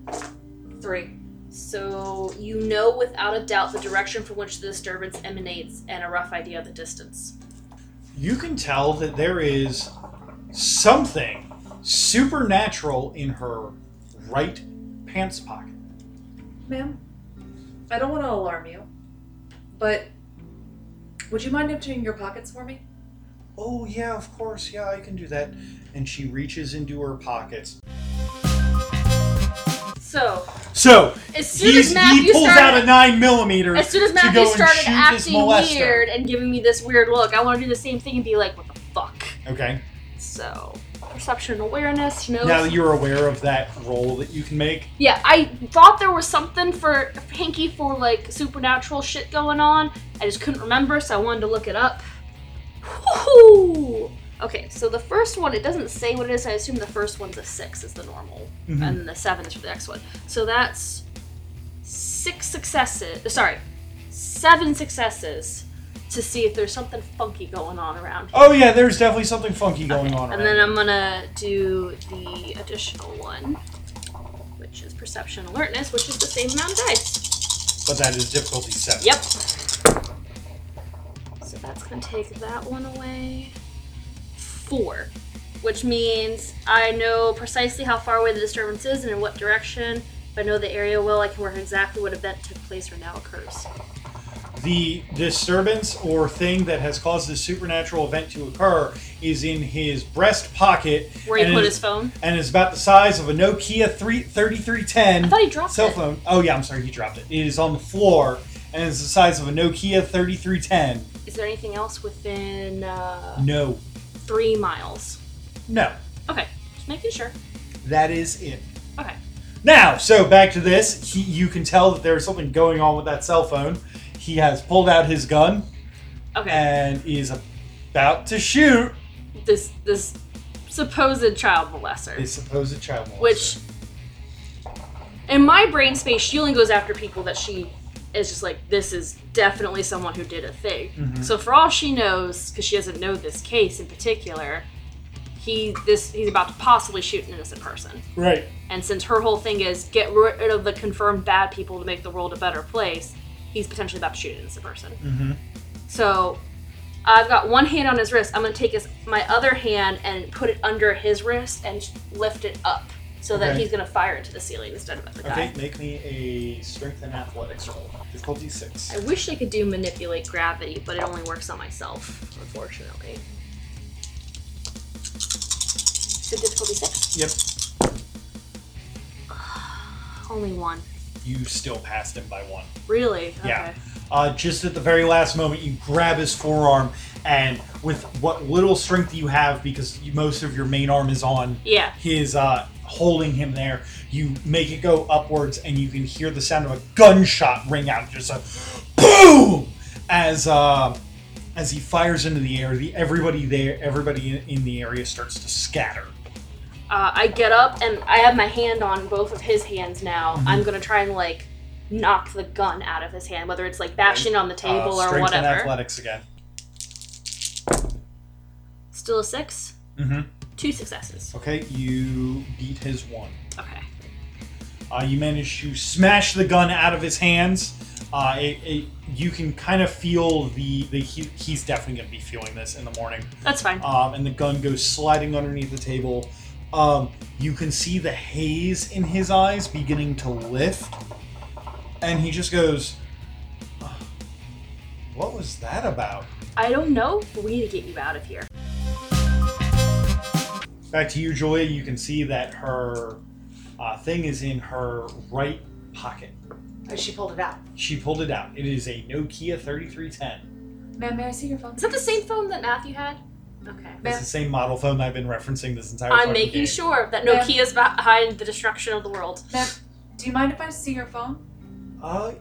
Speaker 2: Three.
Speaker 3: So you know without a doubt the direction from which the disturbance emanates and a rough idea of the distance.
Speaker 1: You can tell that there is something supernatural in her right pants pocket.
Speaker 2: Ma'am, I don't want to alarm you, but would you mind emptying your pockets for me?
Speaker 1: Oh, yeah, of course. Yeah, I can do that. And she reaches into her pockets.
Speaker 3: So
Speaker 1: So,
Speaker 3: as soon
Speaker 1: he's,
Speaker 3: as Matthew
Speaker 1: he pulls
Speaker 3: started,
Speaker 1: out a 9 millimeter.
Speaker 3: as soon as
Speaker 1: to
Speaker 3: Matthew
Speaker 1: go and
Speaker 3: started
Speaker 1: shoot this
Speaker 3: acting
Speaker 1: molester.
Speaker 3: weird and giving me this weird look, I want to do the same thing and be like, "What the fuck?"
Speaker 1: Okay.
Speaker 3: So perception awareness knows.
Speaker 1: Now that you're aware of that roll that you can make,
Speaker 3: yeah, I thought there was something for Pinky for like supernatural shit going on. I just couldn't remember, so I wanted to look it up. Whoo! Okay, so the first one, it doesn't say what it is. I assume the first one's a six is the normal,
Speaker 1: Mhm.
Speaker 3: and the seven is for the next one. So that's six successes. Sorry, seven successes to see if there's something funky going on around.
Speaker 1: Oh yeah, there's definitely something funky going on.
Speaker 3: And
Speaker 1: around
Speaker 3: then
Speaker 1: here.
Speaker 3: I'm gonna do the additional one, which is perception alertness, which is the same amount of dice.
Speaker 1: but that is difficulty seven.
Speaker 3: Yep. So that's gonna take that one away. Four. Which means I know precisely how far away the disturbance is and in what direction. If I know the area well, I can work exactly what event took place or now occurs.
Speaker 1: The disturbance or thing that has caused this supernatural event to occur is in his breast pocket.
Speaker 3: Where he
Speaker 1: and
Speaker 3: put
Speaker 1: is-
Speaker 3: his phone.
Speaker 1: And is about the size of a Nokia 3,
Speaker 3: I
Speaker 1: 3310
Speaker 3: thought he dropped
Speaker 1: cell
Speaker 3: it.
Speaker 1: phone. Oh yeah, I'm sorry, he dropped it. It is on the floor and is the size of a Nokia 3310.
Speaker 3: Is there anything else within uh,
Speaker 1: No,
Speaker 3: three miles?
Speaker 1: no,
Speaker 3: Okay, just making sure.
Speaker 1: that is it.
Speaker 3: Okay.
Speaker 1: Now, so back to this. He, you can tell that there's something going on with that cell phone. He has pulled out his gun
Speaker 3: Okay.
Speaker 1: and is about to shoot
Speaker 3: this this supposed child molester,
Speaker 1: his supposed child molester.
Speaker 3: which in my brain space, she only goes after people that she is just like this is definitely someone who did a thing. So for all she knows, because she doesn't know this case in particular, he this he's about to possibly shoot an innocent person.
Speaker 1: right?
Speaker 3: And since her whole thing is get rid of the confirmed bad people to make the world a better place, he's potentially about to shoot an innocent person.
Speaker 1: Mhm.
Speaker 3: So I've got one hand on his wrist. I'm going to take his my other hand and put it under his wrist and lift it up so that
Speaker 1: Okay.
Speaker 3: he's going to fire into the ceiling instead of at the
Speaker 1: Okay,
Speaker 3: guy.
Speaker 1: make me a strength and athletics roll. Difficulty six.
Speaker 3: I wish I could do manipulate gravity, but it only works on myself, unfortunately. So difficulty six?
Speaker 1: Yep,
Speaker 3: Only one.
Speaker 1: you still passed him by one.
Speaker 3: Really? Okay.
Speaker 1: Yeah. Uh, just at the very last moment, you grab his forearm, and with what little strength you have, because you, most of your main arm is on
Speaker 3: Yeah.
Speaker 1: his uh, holding him there, you make it go upwards, and you can hear the sound of a gunshot ring out, just a boom, as uh, as he fires into the air. The everybody there, everybody in, in the area starts to scatter.
Speaker 3: uh, I get up and I have my hand on both of his hands now.
Speaker 1: Mm-hmm.
Speaker 3: I'm gonna try and like knock the gun out of his hand, whether it's like bashing on the
Speaker 1: Uh,
Speaker 3: table or
Speaker 1: strength and
Speaker 3: whatever.
Speaker 1: athletics again.
Speaker 3: Still a six,
Speaker 1: hmm
Speaker 3: two successes.
Speaker 1: Okay, you beat his one.
Speaker 3: Okay.
Speaker 1: Uh, you manage to smash the gun out of his hands. Uh, it, it, you can kind of feel the, the he, he's definitely going to be feeling this in the morning.
Speaker 3: That's fine.
Speaker 1: Um, and the gun goes sliding underneath the table. Um, you can see the haze in his eyes beginning to lift. And he just goes, "Ugh, What was that about?
Speaker 3: I don't know. but We need to get you out of here.
Speaker 1: Back to you, Julia. You can see that her uh, thing is in her right pocket.
Speaker 2: But Oh, she pulled it out.
Speaker 1: She pulled it out. It is a Nokia 3310.
Speaker 2: Ma'am, may I see your phone?
Speaker 3: Is that the same phone that Matthew had? Okay.
Speaker 2: Ma'am,
Speaker 1: It's the same model phone I've been referencing this entire
Speaker 3: I'm
Speaker 1: fucking
Speaker 3: making
Speaker 1: game.
Speaker 3: sure that
Speaker 2: Ma'am.
Speaker 3: Nokia's behind the destruction of the world.
Speaker 2: ma'am, do you mind if I see your phone?
Speaker 1: Uh,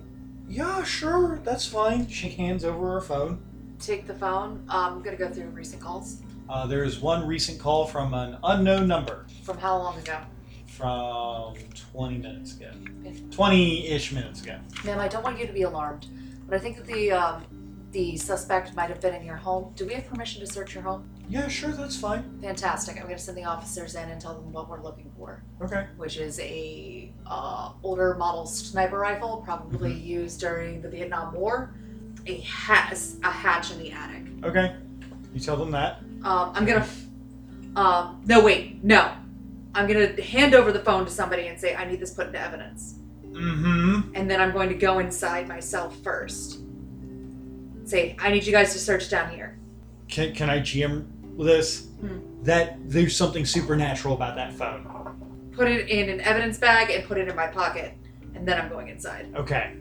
Speaker 1: yeah, sure, that's fine. She hands over her phone.
Speaker 2: Take the phone. Um, I'm gonna go through recent calls.
Speaker 1: Uh, there is one recent call from an unknown number
Speaker 2: From how long ago?
Speaker 1: from 20 minutes ago. 20 ish minutes ago.
Speaker 2: Ma'am, I don't want you to be alarmed, but I think that the um, the suspect might have been in your home. Do we have permission to search your home?
Speaker 1: Yeah, sure, that's fine.
Speaker 2: Fantastic. I'm gonna send the officers in and tell them what we're looking for,
Speaker 1: Okay.
Speaker 2: which is a uh, older model sniper rifle, probably used during the Vietnam War. A has a hatch in the attic.
Speaker 1: Okay. You tell them that.
Speaker 2: Um, I'm gonna. Um, no, wait, no. I'm gonna hand over the phone to somebody and say I need this put into evidence,
Speaker 1: Mm hmm.
Speaker 2: and then I'm going to go inside myself first. Say I need you guys to search down here.
Speaker 1: Can, can I GM this?
Speaker 2: Hmm.
Speaker 1: That there's something supernatural about that phone.
Speaker 2: Put it in an evidence bag and put it in my pocket, and then I'm going inside.
Speaker 1: Okay.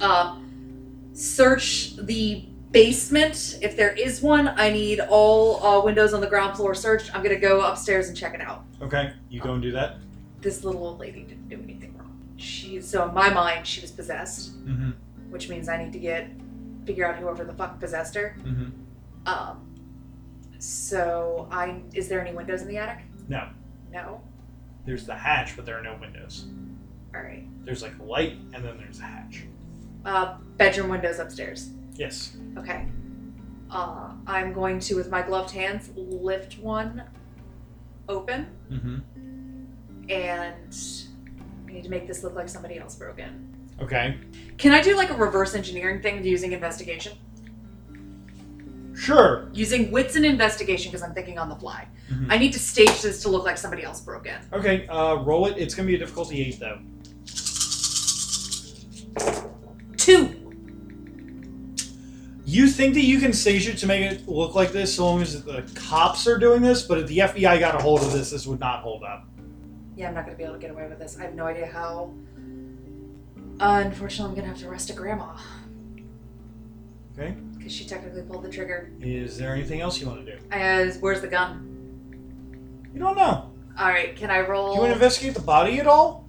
Speaker 2: Um, search the basement if there is one. I need all uh, windows on the ground floor searched. I'm gonna go upstairs and check it out.
Speaker 1: Okay. You go and do that.
Speaker 2: This little old lady didn't do anything wrong. She so in my mind she was possessed.
Speaker 1: Mm
Speaker 2: which
Speaker 1: mm-hmm.
Speaker 2: means I need to get figure out whoever the fuck possessed her.
Speaker 1: hmm. Mm hmm.
Speaker 2: Um, So I is there any windows in the attic?
Speaker 1: No,
Speaker 2: No.
Speaker 1: there's the hatch, but there are no windows.
Speaker 2: All right.
Speaker 1: There's like a light, and then there's a hatch.
Speaker 2: Uh, bedroom windows upstairs.
Speaker 1: Yes.
Speaker 2: Okay. Uh, I'm going to with my gloved hands lift one open,
Speaker 1: Mm-hmm.
Speaker 2: and I need to make this look like somebody else broke in.
Speaker 1: Okay.
Speaker 2: Can I do like a reverse engineering thing using investigation?
Speaker 1: Sure.
Speaker 2: Using wits and investigation because I'm thinking on the fly.
Speaker 1: Mhm.
Speaker 2: I need to stage this to look like somebody else broke in.
Speaker 1: Okay. Uh, roll it. It's gonna be a difficulty eight though.
Speaker 2: Two.
Speaker 1: You think that you can stage it to make it look like this, so long as the cops are doing this? But if the FBI got a hold of this, this would not hold up.
Speaker 2: Yeah, I'm not gonna be able to get away with this. I have no idea how. Unfortunately, I'm gonna have to arrest a grandma
Speaker 1: Okay.
Speaker 2: because she technically pulled the trigger.
Speaker 1: Is there anything else you want to do?
Speaker 2: As where's the gun?
Speaker 1: You don't know.
Speaker 2: All right, can I roll?
Speaker 1: You want to investigate the body at all?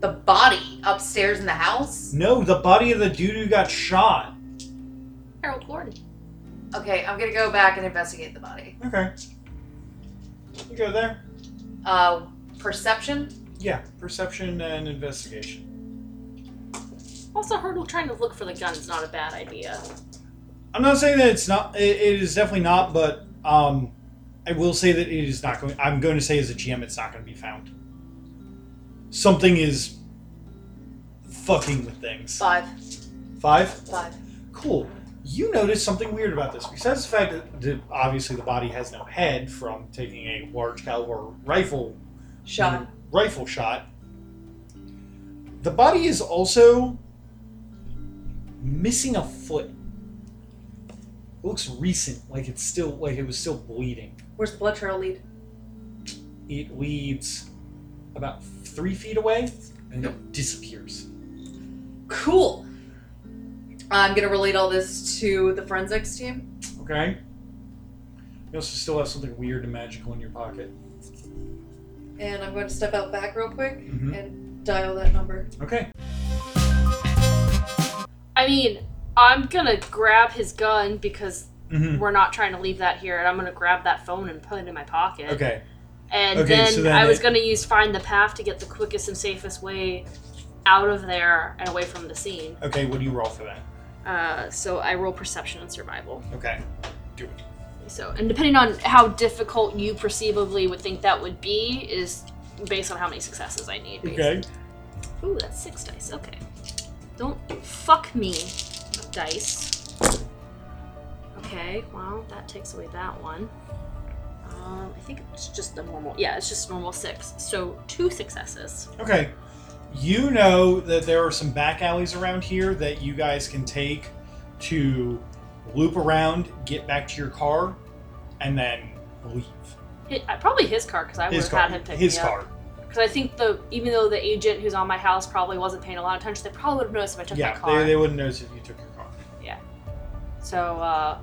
Speaker 2: the body upstairs in the house?
Speaker 1: No, the body of the dude who got shot.
Speaker 5: Harold Gordon.
Speaker 2: Okay, I'm gonna go back and investigate the body.
Speaker 1: Okay. You go there.
Speaker 2: Uh, perception?
Speaker 1: Yeah, perception and investigation.
Speaker 3: Also, Hurdle trying to look for the gun is not a bad idea.
Speaker 1: I'm not saying that it's not. It, it is definitely not, but um, I will say that it is not going. I'm going to say as a GM, it's not going to be found. Something is fucking with things.
Speaker 2: Five.
Speaker 1: Five.
Speaker 2: Five.
Speaker 1: Cool. You notice something weird about this besides the fact that the, obviously the body has no head from taking a large caliber rifle
Speaker 2: Shot.
Speaker 1: rifle shot. The body is also missing a foot. It looks recent, like it's still like it was still bleeding.
Speaker 2: Where's the blood trail lead?
Speaker 1: It leads about three feet away and it disappears.
Speaker 2: Cool. I'm gonna relate all this to the forensics team.
Speaker 1: Okay. You also still have something weird and magical in your pocket.
Speaker 2: And I'm going to step out back real quick
Speaker 1: Mhm.
Speaker 2: and dial that number.
Speaker 1: Okay.
Speaker 3: I mean, I'm gonna grab his gun because
Speaker 1: Mm-hmm.
Speaker 3: we're not trying to leave that here, and I'm gonna grab that phone and put it in my pocket.
Speaker 1: Okay.
Speaker 3: And
Speaker 1: Okay,
Speaker 3: then,
Speaker 1: so then
Speaker 3: I was
Speaker 1: it-
Speaker 3: gonna use find the path to get the quickest and safest way out of there and away from the scene.
Speaker 1: Okay. What do you roll for that?
Speaker 3: Uh, so I roll perception and survival.
Speaker 1: Okay.
Speaker 3: So, and depending on how difficult you perceivably would think that would be, is based on how many successes I need. basically.
Speaker 1: Okay.
Speaker 3: Ooh, that's six dice. Okay. Don't fuck me, dice. Okay, well, that takes away that one. Um, I think it's just a normal. Yeah, it's just normal six. So two successes.
Speaker 1: Okay. You know that there are some back alleys around here that you guys can take to loop around, get back to your car, and then leave.
Speaker 3: Hi I, probably his car because I would
Speaker 1: His
Speaker 3: have
Speaker 1: car.
Speaker 3: had him pick
Speaker 1: His
Speaker 3: me
Speaker 1: car.
Speaker 3: Because I think the even though the agent who's on my house probably wasn't paying a lot of attention, they probably would have noticed if I took my
Speaker 1: Yeah,
Speaker 3: car.
Speaker 1: they, they wouldn't notice if you took your car.
Speaker 3: So uh,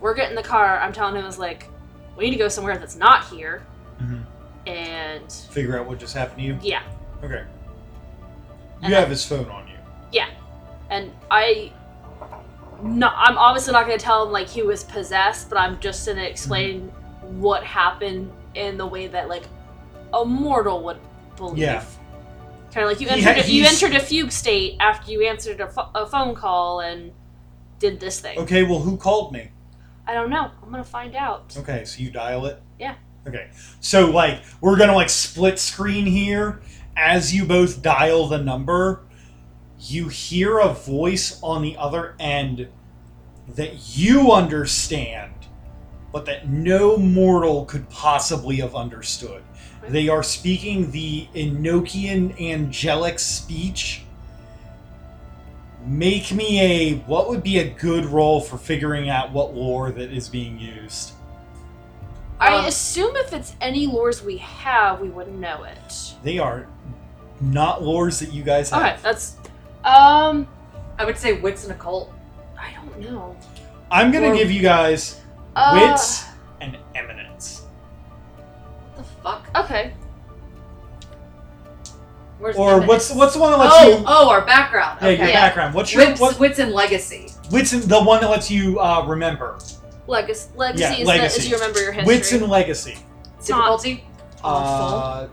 Speaker 3: we're getting the car. I'm telling him, I was like, we need to go somewhere that's not here.
Speaker 1: Mhm.
Speaker 3: And
Speaker 1: Figure out what just happened to you.
Speaker 3: yeah,
Speaker 1: Okay.
Speaker 3: And
Speaker 1: You
Speaker 3: I-
Speaker 1: have his phone on you.
Speaker 3: and I, no, I'm obviously not gonna tell him like he was possessed, but I'm just gonna explain what happened in the way that like a mortal would believe.
Speaker 1: Yeah.
Speaker 3: Kind of like you
Speaker 1: He-
Speaker 3: entered, a, you
Speaker 1: he's-
Speaker 3: entered a fugue state after you answered a, pho- a phone call and did this thing.
Speaker 1: Okay, well, who called me?
Speaker 3: I don't know. I'm gonna find out.
Speaker 1: Okay, so you dial it?
Speaker 3: Yeah.
Speaker 1: Okay. So like we're gonna like split screen here. As you both dial the number, you hear a voice on the other end that you understand, but that no mortal could possibly have understood. They are speaking the Enochian angelic speech. Make me a what would be a good role for figuring out what lore that is being used.
Speaker 3: I
Speaker 2: Um,
Speaker 3: assume if it's any lures we have, we would know it.
Speaker 1: They are not lores that you guys have.
Speaker 3: Okay, that's. Um,
Speaker 2: I would say wits and occult.
Speaker 3: I don't know.
Speaker 1: I'm gonna
Speaker 3: Or-
Speaker 1: give you guys
Speaker 3: Uh,
Speaker 1: wits and eminence,
Speaker 2: What the fuck?
Speaker 3: Okay.
Speaker 2: Where's
Speaker 1: or
Speaker 2: evidence?
Speaker 1: what's what's the one that lets
Speaker 2: Oh,
Speaker 1: you?
Speaker 2: oh, our background.
Speaker 1: yeah, your
Speaker 2: Okay.
Speaker 1: background. What's your
Speaker 2: Wits,
Speaker 1: what,
Speaker 2: wits and legacy.
Speaker 1: wits? and- The one that lets you uh, remember.
Speaker 3: Legacy, legacy,
Speaker 1: yeah,
Speaker 3: is, the-
Speaker 1: legacy.
Speaker 3: is you remember your history.
Speaker 1: Wits and legacy.
Speaker 3: it's not,
Speaker 2: Difficulty? Oh,
Speaker 1: Uh,
Speaker 3: Awful.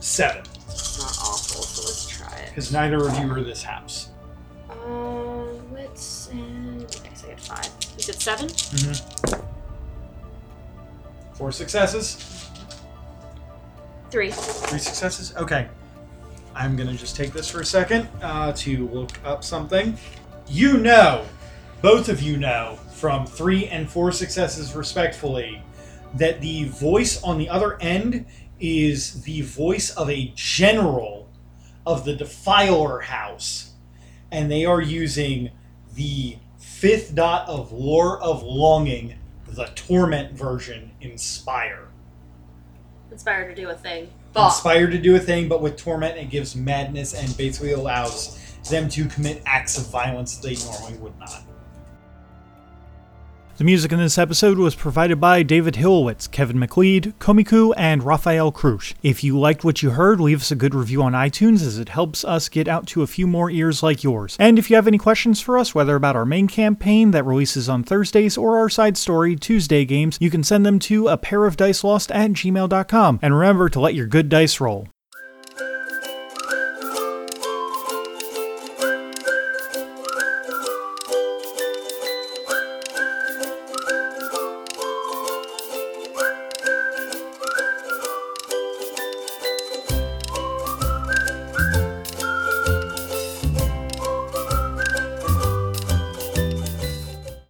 Speaker 1: seven,
Speaker 3: it's not awful, so let's try it.
Speaker 1: because neither of you are this house.
Speaker 3: Uh, wits and I guess I get five.
Speaker 4: You said seven?
Speaker 1: Mm-hmm. Four successes,
Speaker 3: Three.
Speaker 1: three successes. Okay, I'm gonna just take this for a second uh, to look up something. You know, both of you know from three and four successes respectfully, that the voice on the other end is the voice of a general of the Defiler House, and they are using the fifth dot of Lore of Longing, the Torment version, Inspire.
Speaker 3: Inspired to do a thing.
Speaker 2: Fuck.
Speaker 1: Inspired to do a thing, but with torment, it gives madness and basically allows them to commit acts of violence they normally would not.
Speaker 6: The music in this episode was provided by David Hillowitz, Kevin McLeod, Komiku, and Raphael Krusch. If you liked what you heard, leave us a good review on iTunes as it helps us get out to a few more ears like yours. And if you have any questions for us, whether about our main campaign that releases on Thursdays or our side story, Tuesday games, you can send them to a pair of dice lost at gmail.com. And remember to let your good dice roll.